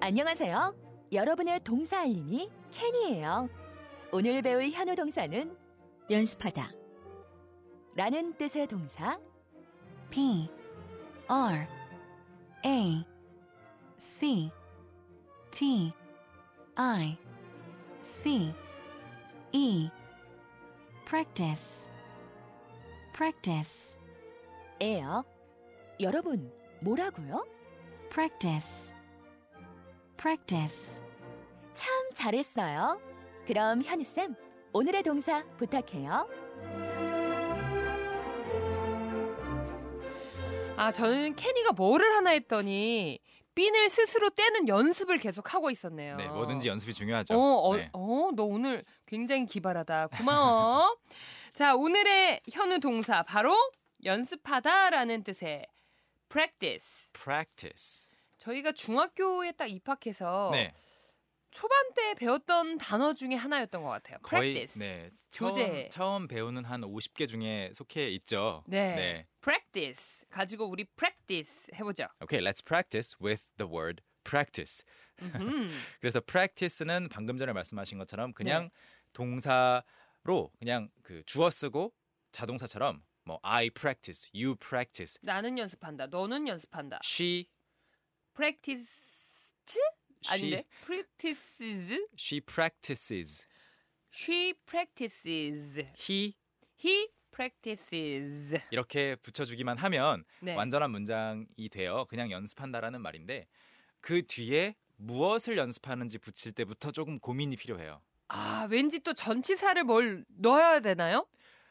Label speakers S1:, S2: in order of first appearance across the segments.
S1: 안녕하세요. 여러분의 동사 알림이 캔이에요. 오늘 배울 현우 동사는
S2: 연습하다.
S1: 라는 뜻의 동사
S2: P R A C T I C E practice practice
S1: 에요. 여러분, 뭐라고요?
S2: practice practice
S1: 참 잘했어요. 그럼 현우쌤, 오늘의 동사 부탁해요.
S3: 아, 저는 캐니가 뭐를 하나 했더니 핀을 스스로 떼는 연습을 계속 하고 있었네요.
S4: 네, 뭐든지 연습이 중요하죠.
S3: 어, 어,
S4: 네.
S3: 어, 너 오늘 굉장히 기발하다. 고마워. 자, 오늘의 현우 동사 바로 연습하다라는 뜻의 practice.
S4: practice.
S3: 저희가 중학교에 딱 입학해서
S4: 네,
S3: 초반 때 배웠던 단어 중에 하나였던 것 같아요.
S4: 거의
S3: practice.
S4: 네 처음
S3: 교재.
S4: 처음 배우는 한 50개 중에 속해 있죠.
S3: 네.
S4: 네.
S3: practice 가지고 우리 practice 해보죠.
S4: Okay, let's practice with the word practice.
S3: 음흠.
S4: 그래서 practice는 방금 전에 말씀하신 것처럼 그냥
S3: 네.
S4: 동사로 그냥 그 주어 쓰고 자동사처럼 뭐 I practice, you practice,
S3: 나는 연습한다. 너는 연습한다.
S4: she
S3: practice 아닌데
S4: she
S3: practices
S4: she practices,
S3: she practices
S4: he
S3: he practices
S4: 이렇게 붙여주기만 하면
S3: 네.
S4: 완전한 문장이 되어 그냥 연습한다라는 말인데 그 뒤에 무엇을 연습하는지 붙일 때부터 조금 고민이 필요해요.
S3: 아 왠지 또 전치사를 뭘 넣어야 되나요?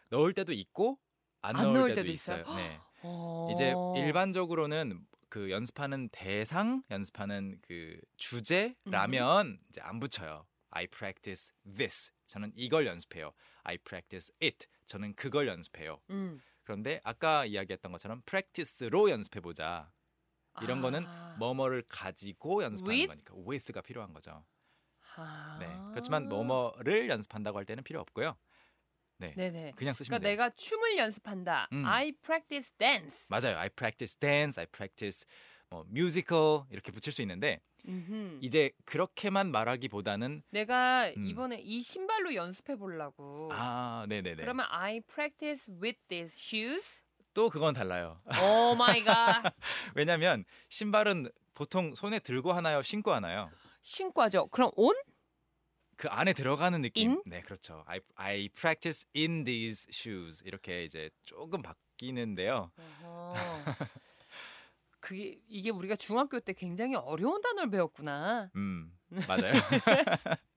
S4: 넣을 때도 있고 안,
S3: 안
S4: 넣을
S3: 넣을
S4: 때도,
S3: 때도
S4: 있어요.
S3: 있어요?
S4: 네.
S3: 어.
S4: 이제 일반적으로는 그 연습하는 대상, 연습하는 그 주제라면 이제 안 붙여요. I practice this. 저는 이걸 연습해요. I practice it. 저는 그걸 연습해요.
S3: 음.
S4: 그런데 아까 이야기했던 것처럼 practice로 연습해 보자. 이런 거는
S3: 아.
S4: 뭐뭐를 가지고 연습하는
S3: With?
S4: 거니까 with가 필요한 거죠.
S3: 아.
S4: 네. 그렇지만 뭐뭐를 연습한다고 할 때는 필요 없고요. 네.
S3: 네네
S4: 그냥 쓰시면
S3: 그러니까
S4: 돼요.
S3: 내가 춤을 연습한다
S4: 음.
S3: I practice dance
S4: 맞아요. I practice dance, I practice 뭐 뮤지컬 이렇게 붙일 수 있는데
S3: 음흠.
S4: 이제 그렇게만 말하기보다는
S3: 내가
S4: 음.
S3: 이번에 이 신발로 연습해 보려고
S4: 아, 네, 네, 네.
S3: 그러면 I practice with these shoes Oh
S4: 또 그건 달라요.
S3: 오 마이 갓
S4: 왜냐면 신발은 보통 손에 들고 하나요, 신고 하나요?
S3: 신과죠. 그럼 온?
S4: 그 안에 들어가는 느낌.
S3: In?
S4: 네, 그렇죠. I I practice in these shoes. 이렇게 이제 조금 바뀌는데요.
S3: 그게 이게 우리가 중학교 때 굉장히 어려운 단어를 배웠구나.
S4: 음, 맞아요.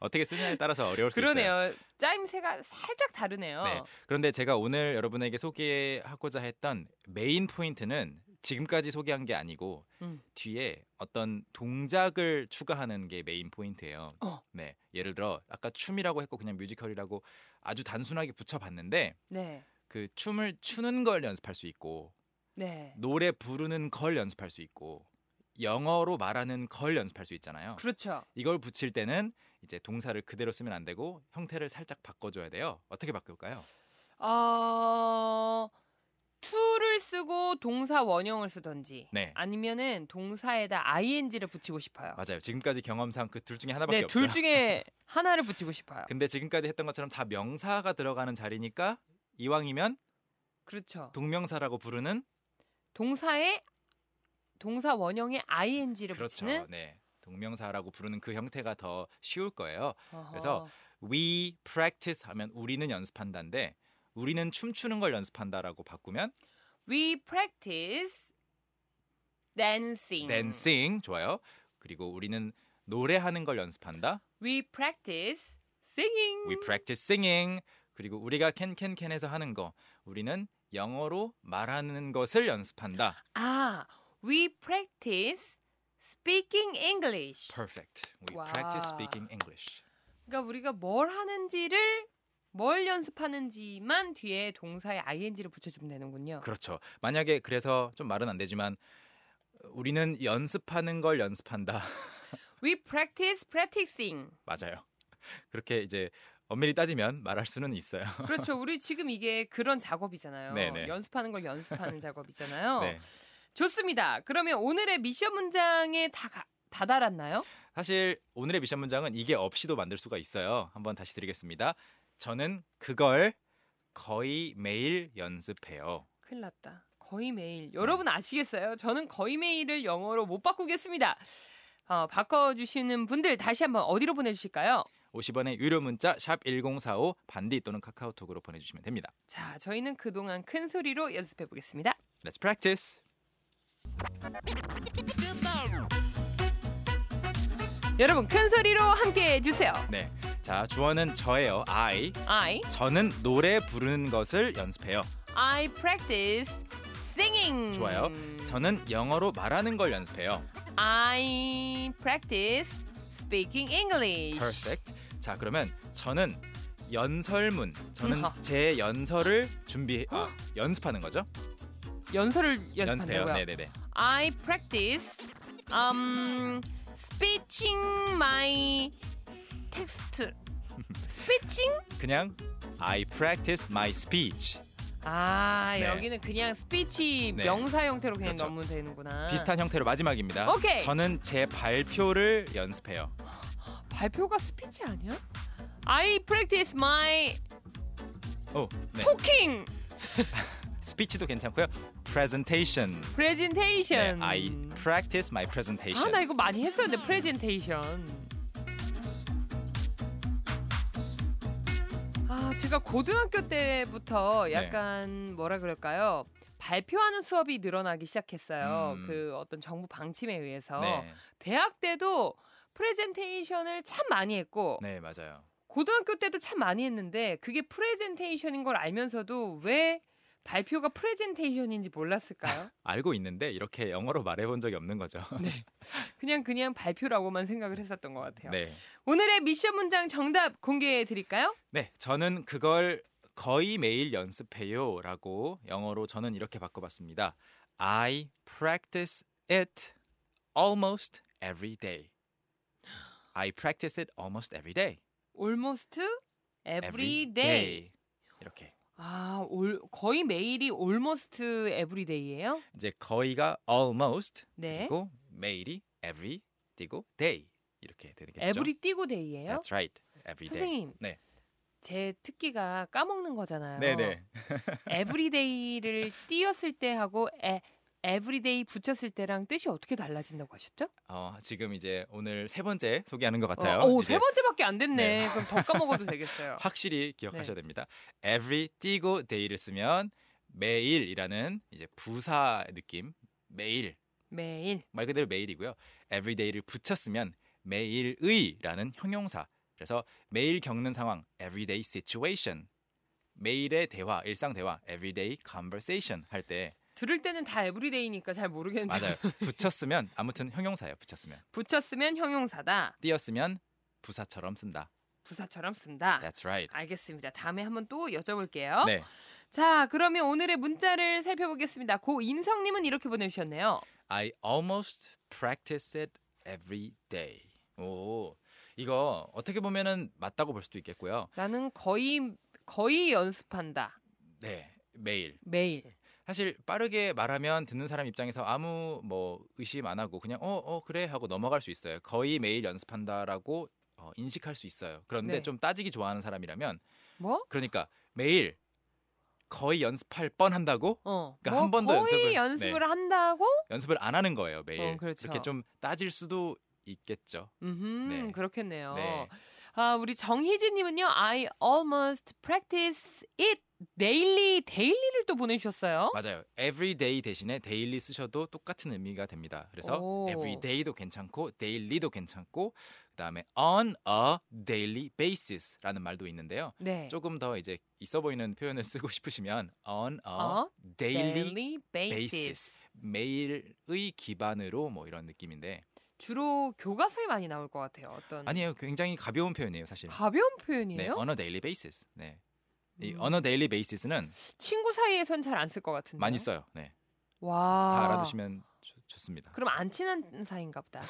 S4: 어떻게 쓰냐에 따라서 어려울 수 있어요.
S3: 그러네요. 짜임새가 살짝 다르네요.
S4: 네. 그런데 제가 오늘 여러분에게 소개하고자 했던 메인 포인트는 지금까지 소개한 게 아니고
S3: 음.
S4: 뒤에 어떤 동작을 추가하는 게 메인 포인트예요.
S3: 어.
S4: 네. 예를 들어 아까 춤이라고 했고 그냥 뮤지컬이라고 아주 단순하게 붙여봤는데
S3: 네.
S4: 그 춤을 추는 걸 연습할 수 있고
S3: 네.
S4: 노래 부르는 걸 연습할 수 있고 영어로 말하는 걸 연습할 수 있잖아요.
S3: 그렇죠.
S4: 이걸 붙일 때는 이제 동사를 그대로 쓰면 안 되고 형태를 살짝 바꿔줘야 돼요. 어떻게 바꿀까요?
S3: 어 to를 쓰고 동사 원형을 쓰던지
S4: 네.
S3: 아니면은 동사에다 ing를 붙이고 싶어요.
S4: 맞아요. 지금까지 경험상 그 둘 중에 하나밖에
S3: 네,
S4: 없죠.
S3: 둘 중에 하나를 붙이고 싶어요.
S4: 근데 지금까지 했던 것처럼 다 명사가 들어가는 자리니까 이왕이면
S3: 그렇죠.
S4: 동명사라고 부르는
S3: 동사에 동사 원형에 ing를
S4: 그렇죠.
S3: 붙이는
S4: 네. 동명사라고 부르는 그 형태가 더 쉬울 거예요.
S3: 어허.
S4: 그래서 we practice 하면 우리는 연습한다인데 우리는 춤추는 걸 연습한다라고 바꾸면
S3: We practice dancing.
S4: dancing 좋아요. 그리고 우리는 노래하는 걸 연습한다.
S3: We practice singing.
S4: we practice singing. 그리고 우리가 캔캔캔에서 하는 거 우리는 영어로 말하는 것을 연습한다.
S3: 아, we practice speaking English.
S4: Perfect. We
S3: 와.
S4: practice speaking English.
S3: 그러니까 우리가 뭘 하는지를 뭘 연습하는지만 뒤에 동사에 ing를 붙여주면 되는군요.
S4: 그렇죠. 만약에 그래서 좀 말은 안 되지만 우리는 연습하는 걸 연습한다.
S3: We practice practicing.
S4: 맞아요. 그렇게 이제 엄밀히 따지면 말할 수는 있어요.
S3: 그렇죠. 우리 지금 이게 그런 작업이잖아요.
S4: 네네.
S3: 연습하는 걸 어. 연습하는 작업이잖아요.
S4: 네.
S3: 좋습니다. 그러면 오늘의 미션 문장에 다 가- 다 달았나요?
S4: 사실 오늘의 미션 문장은 이게 없이도 만들 수가 있어요. 한번 다시 드리겠습니다. 저는 그걸 거의 매일 연습해요.
S3: 큰일 났다. 거의 매일. 여러분 아시겠어요? 저는 거의 매일을 영어로 못 바꾸겠습니다. 어, 바꿔주시는 분들 다시 한번 어디로 보내주실까요?
S4: 50원의 유료 문자 샵 1045 반디 또는 카카오톡으로 보내주시면 됩니다.
S3: 자, 저희는 그동안 큰 소리로 연습해 보겠습니다.
S4: Let's practice.
S3: 여러분 큰 소리로 함께 해주세요.
S4: 네, 자 주어는 저예요. I.
S3: I
S4: 저는 노래 부르는 것을 연습해요.
S3: I practice singing.
S4: 좋아요.
S3: 음.
S4: 저는 영어로 말하는 걸 연습해요.
S3: I practice speaking English.
S4: Perfect. 자 그러면 저는 연설문. 저는
S3: 음.
S4: 제 연설을 준비 아, 연습하는 거죠?
S3: 연설을
S4: 연습해요.
S3: 연습한다고요.
S4: 네네네.
S3: I practice um speeching my text. speeching?
S4: 그냥 I practice my speech.
S3: 아
S4: 네.
S3: 여기는 그냥 speech
S4: 네.
S3: 명사 형태로 그냥
S4: 그렇죠.
S3: 넣으면 되는구나.
S4: 비슷한 형태로 마지막입니다.
S3: 네. 오케이.
S4: 저는 제 발표를 연습해요.
S3: 발표가 스피치 아니야? I practice my
S4: 오, 네.
S3: talking
S4: 스피치도 괜찮고요. Presentation. 네,
S3: presentation.
S4: I practice my
S3: 아,
S4: presentation.
S3: 나 이거 많이 했었는데 프레젠테이션. 아, 제가 고등학교
S4: 네.
S3: 때부터 약간 뭐라 그럴까요? 발표하는 수업이 늘어나기 시작했어요.
S4: 음.
S3: 그 어떤 정부 방침에 의해서.
S4: 네,
S3: 대학 때도 프레젠테이션을 참 많이 했고
S4: 네 맞아요.
S3: 고등학교 때도 참 많이 했는데 그게 프레젠테이션인 걸 알면서도 왜 발표가 프레젠테이션인지 몰랐을까요?
S4: 알고 있는데 이렇게 영어로 말해본 적이 없는 거죠.
S3: 네. 그냥 그냥 발표라고만 생각을 했었던 것 같아요.
S4: 네,
S3: 오늘의 미션 문장 정답 공개해 드릴까요?
S4: 네, 저는 그걸 거의 매일 연습해요라고 영어로 저는 이렇게 바꿔봤습니다. I practice it almost every day. I practice it almost every day.
S3: Almost every day.
S4: 이렇게
S3: 아, 올- 거의 매일이 almost every day예요?
S4: 이제 거의가 almost
S3: 네.
S4: 그리고 매일이 every 띄고 day 이렇게 되는 겠죠.
S3: every 띄고 day예요?
S4: That's right. Every day.
S3: 선생님.
S4: 네.
S3: 제 특기가 까먹는 거잖아요.
S4: 네네.
S3: every day를 띄었을 때 하고 에, every day 붙였을 때랑 뜻이 어떻게 달라진다고 하셨죠?
S4: 어, 지금 이제 오늘 세 번째 소개하는 것
S3: 어,
S4: 같아요.
S3: 오,
S4: 이제
S3: 세 번째밖에 안 됐네.
S4: 네.
S3: 그럼 더 까먹어도 되겠어요.
S4: 확실히 기억하셔야
S3: 네.
S4: 됩니다. Every 띄고 day를 쓰면 매일이라는 이제 부사 느낌 매일
S3: 매일
S4: 말 그대로 매일이고요. Every day를 붙였으면 매일의라는 형용사. 그래서 매일 겪는 상황 everyday situation. 매일의 대화, 일상 대화 everyday conversation 할 때
S3: 들을 때는 다 every day니까 잘 모르겠는데
S4: 맞아요. 붙였으면 아무튼 형용사예요. 붙였으면.
S3: 붙였으면 형용사다.
S4: 띄었으면 부사처럼 쓴다.
S3: 부사처럼 쓴다.
S4: That's right.
S3: 알겠습니다. 다음에 한번 또 여쭤볼게요.
S4: 네.
S3: 자, 그러면 오늘의 문자를 살펴보겠습니다. 고인성님은 이렇게 보내주셨네요.
S4: I almost practice it every day. 오. 이거 어떻게 보면은 맞다고 볼 수도 있겠고요.
S3: 나는 거의 거의 연습한다.
S4: 네. 매일
S3: 매일.
S4: 사실 빠르게 말하면 듣는 사람 입장에서 아무 뭐 의심 안 하고 그냥 어 어 그래 하고 넘어갈 수 있어요. 거의 매일 연습한다라고 어, 인식할 수 있어요. 그런데
S3: 네.
S4: 좀 따지기 좋아하는 사람이라면
S3: 뭐?
S4: 그러니까 매일 거의 연습할 뻔 한다고
S3: 어.
S4: 그러니까
S3: 뭐
S4: 한
S3: 거의
S4: 번더 연습을- 네.
S3: 연습을 한다고?
S4: 연습을 안 하는 거예요 매일.
S3: 어, 그렇죠.
S4: 이렇게 좀 따질 수도 있겠죠.
S3: 음,
S4: 네.
S3: 그렇겠네요.
S4: 네.
S3: 아, 우리 정희진님은요. I almost practice it daily. daily를 또 보내주셨어요.
S4: 맞아요. everyday 대신에 daily 쓰셔도 똑같은 의미가 됩니다. 그래서
S3: 오.
S4: everyday도 괜찮고 daily도 괜찮고 그다음에 on a daily basis라는 말도 있는데요.
S3: 네.
S4: 조금 더 이제 있어 보이는 표현을 쓰고 싶으시면 on a
S3: 어?
S4: 아, daily,
S3: basis.
S4: basis. 매일의 기반으로 뭐 이런 느낌인데
S3: 주로 교과서에 많이 나올 것 같아요. 어떤
S4: 아니에요. 굉장히 가벼운 표현이에요, 사실.
S3: 가벼운
S4: 네,
S3: 표현이에요?
S4: on a daily basis. 네. 이
S3: 음.
S4: on a daily basis는
S3: 친구 사이에선 잘 안 쓸 것 같은데.
S4: 많이 써요. 네. 다
S3: 와.
S4: 알아두시면 좋- 좋습니다.
S3: 그럼 안 친한 사이인가 보다.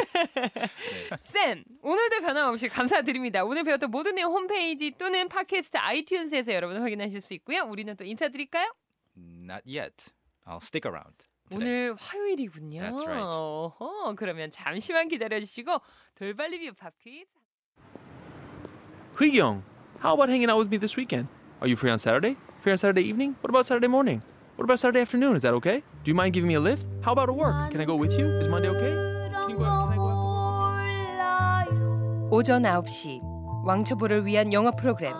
S4: 네.
S3: 쌤, 오늘도 변함없이 감사드립니다. 오늘 배웠던 모든 내용 홈페이지 또는 팟캐스트 아이튠즈에서 여러분 확인하실 수 있고요. 우리는 또 인사드릴까요?
S4: Not yet. I'll stick around. today.
S3: 오늘 화요일이군요.
S4: That's right.
S3: 어허, 그러면 잠시만 기다려 주시고 돌발리뷰 팝퀴즈.
S5: Young, how about hanging out with me this weekend? Are you free on Saturday? Free on Saturday evening? What about Saturday morning? What about Saturday afternoon? Is that okay? Do you mind giving me a lift? How about a work? Can I go with you? Is Monday okay? Can you go out? Can I go out?
S3: 오전 9시 왕초보를 위한 영어 프로그램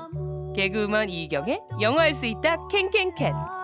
S3: 개그우먼 이경의 영어할 수 있다 캔캔캔